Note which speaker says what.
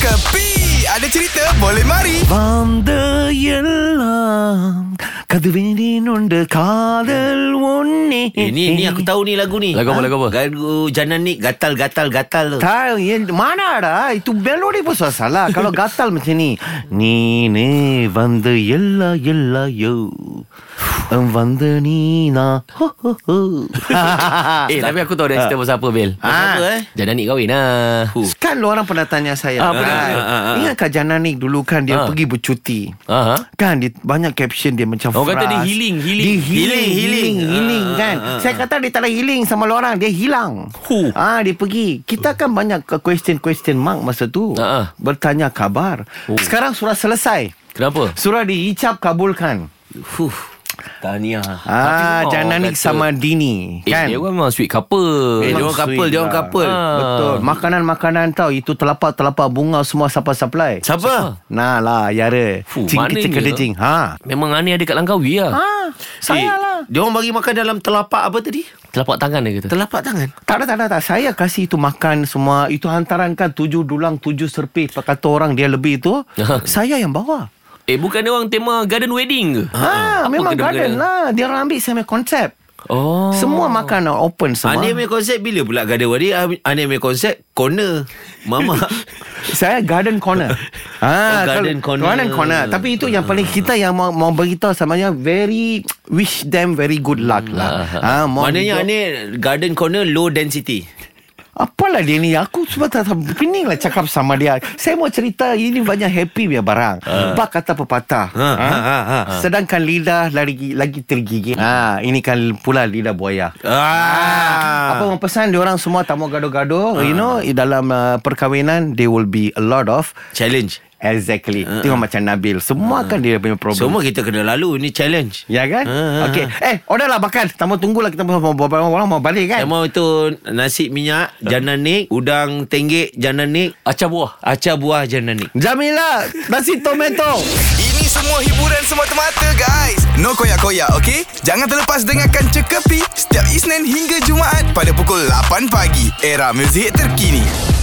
Speaker 1: Kepi Ada cerita boleh mari
Speaker 2: വന്ദയെല്ലാം കതിവിനുണ്ട് കാതൽ ഒന്നേ
Speaker 3: Ini Eh,
Speaker 2: Eh.
Speaker 3: ni aku tahu ni lagu ni. Ha?
Speaker 4: Lagu apa, lagu apa?
Speaker 3: Lagu Jananik gatal gatal gatal tu.
Speaker 2: Tak, yang mana ada Itu melodi pun susah salah Kalau gatal macam ni Nine vanda yella yella yo Vanda Nina ho, ho, ho.
Speaker 3: Ha,
Speaker 4: Eh tapi aku tahu dia cerita pasal apa Bil
Speaker 3: Ah. Ha. Apa eh?
Speaker 4: Jadan ni kahwin lah
Speaker 2: Kan lu orang pernah tanya saya
Speaker 4: Ah,
Speaker 2: kan?
Speaker 4: betul.
Speaker 3: Ah, ah, ah.
Speaker 2: Ingat Kak Jananik dulu kan Dia
Speaker 4: Ah.
Speaker 2: pergi bercuti
Speaker 4: Aha.
Speaker 2: Kan dia banyak caption dia macam
Speaker 4: Orang kata
Speaker 2: frust.
Speaker 4: dia healing, healing.
Speaker 2: Dia healing
Speaker 3: Healing,
Speaker 2: Healing
Speaker 3: healing.
Speaker 2: Healing, healing
Speaker 3: Ah,
Speaker 2: kan
Speaker 3: ah, ah,
Speaker 2: Saya kata dia tak ada healing sama lu orang Dia hilang
Speaker 4: Huh.
Speaker 2: Ah Dia pergi Kita kan banyak ke- question-question mark masa tu
Speaker 4: Ah, ah.
Speaker 2: Bertanya kabar Sekarang surah selesai
Speaker 4: Kenapa?
Speaker 2: Surah diicap kabulkan
Speaker 3: Fuh. Tahniah.
Speaker 2: Ah
Speaker 4: memang
Speaker 2: Jananik
Speaker 4: kata-
Speaker 2: sama Dini
Speaker 4: Eh
Speaker 2: Kan
Speaker 4: dia orang memang sweet couple
Speaker 3: Eh,
Speaker 2: Memang
Speaker 3: dia orang
Speaker 2: sweet
Speaker 3: couple, dia orang
Speaker 2: lah.
Speaker 3: couple.
Speaker 4: Ah.
Speaker 2: Betul Makanan-makanan tau Itu telapak-telapak bunga Semua siapa-siapa
Speaker 3: Siapa?
Speaker 2: Nah lah Yara
Speaker 4: Fuh,
Speaker 2: Cingkit-cingkit
Speaker 4: maknanya-
Speaker 2: cing Ha
Speaker 4: Memang aneh ada kat Langkawi lah
Speaker 2: Ah, saya lah.
Speaker 3: Dia orang bagi makan dalam telapak apa tadi?
Speaker 4: Telapak tangan dia kata
Speaker 3: Telapak tangan.
Speaker 2: Tak ada, tak ada, tak. Saya kasih itu makan semua. Itu hantaran kan tujuh dulang, tujuh serpih. Kata orang dia lebih itu. saya yang bawa.
Speaker 4: Eh bukan dia orang tema garden wedding ke?
Speaker 2: Ha,
Speaker 3: Ah,
Speaker 4: Apa
Speaker 2: memang
Speaker 4: kena-mengena?
Speaker 2: garden lah. Dia orang ambil saya punya konsep.
Speaker 4: Oh
Speaker 2: Semua makan open semua.
Speaker 3: Aneh Ah, punya konsep bila pula Garden Wadi Aneh punya konsep Corner Mama
Speaker 2: Saya garden corner.
Speaker 3: Oh,
Speaker 2: Ah,
Speaker 3: garden
Speaker 2: kalau-
Speaker 3: corner.
Speaker 2: Garden corner. Tapi itu yang paling kita yang mau, mau beritahu samanya very wish them very good luck lah. Ah, mau
Speaker 3: Hmm. Maknanya
Speaker 2: hidup-
Speaker 3: Aneh Garden Corner low density
Speaker 2: Apalah dia ni Aku semua tak, tak Pening lah cakap sama dia Saya mau cerita Ini banyak happy punya barang uh. Bak kata pepatah
Speaker 3: Ha,
Speaker 2: Ah.
Speaker 3: ha, ha, ha.
Speaker 2: Sedangkan lidah lagi, lagi tergigit ha, Ini kan pula lidah buaya
Speaker 3: Ah.
Speaker 2: apa mau pesan diorang semua tak mau
Speaker 3: Ha.
Speaker 2: gaduh-gaduh you know dalam uh, perkahwinan there will be a lot of
Speaker 3: Challenge
Speaker 2: exactly uh. tengok macam Nabil semua kan dia punya problem
Speaker 3: Ha. Semua kita kena lalu Ini challenge
Speaker 2: ya kan
Speaker 3: Ah.
Speaker 2: okey eh order lah makan tamu tunggulah kita mau mau- mau orang mau balik kan
Speaker 3: Yang mau tu Nasi minyak Jananik Udang tenggek Jananik
Speaker 4: Acah buah
Speaker 3: Acar buah Jananik
Speaker 2: Jamila nasi tomato
Speaker 1: Ini semua hiburan semata-mata guys No koyak-koyak ok Jangan terlepas dengarkan Cekapi Setiap Isnin hingga Jumaat Pada pukul 8 pagi Era muzik terkini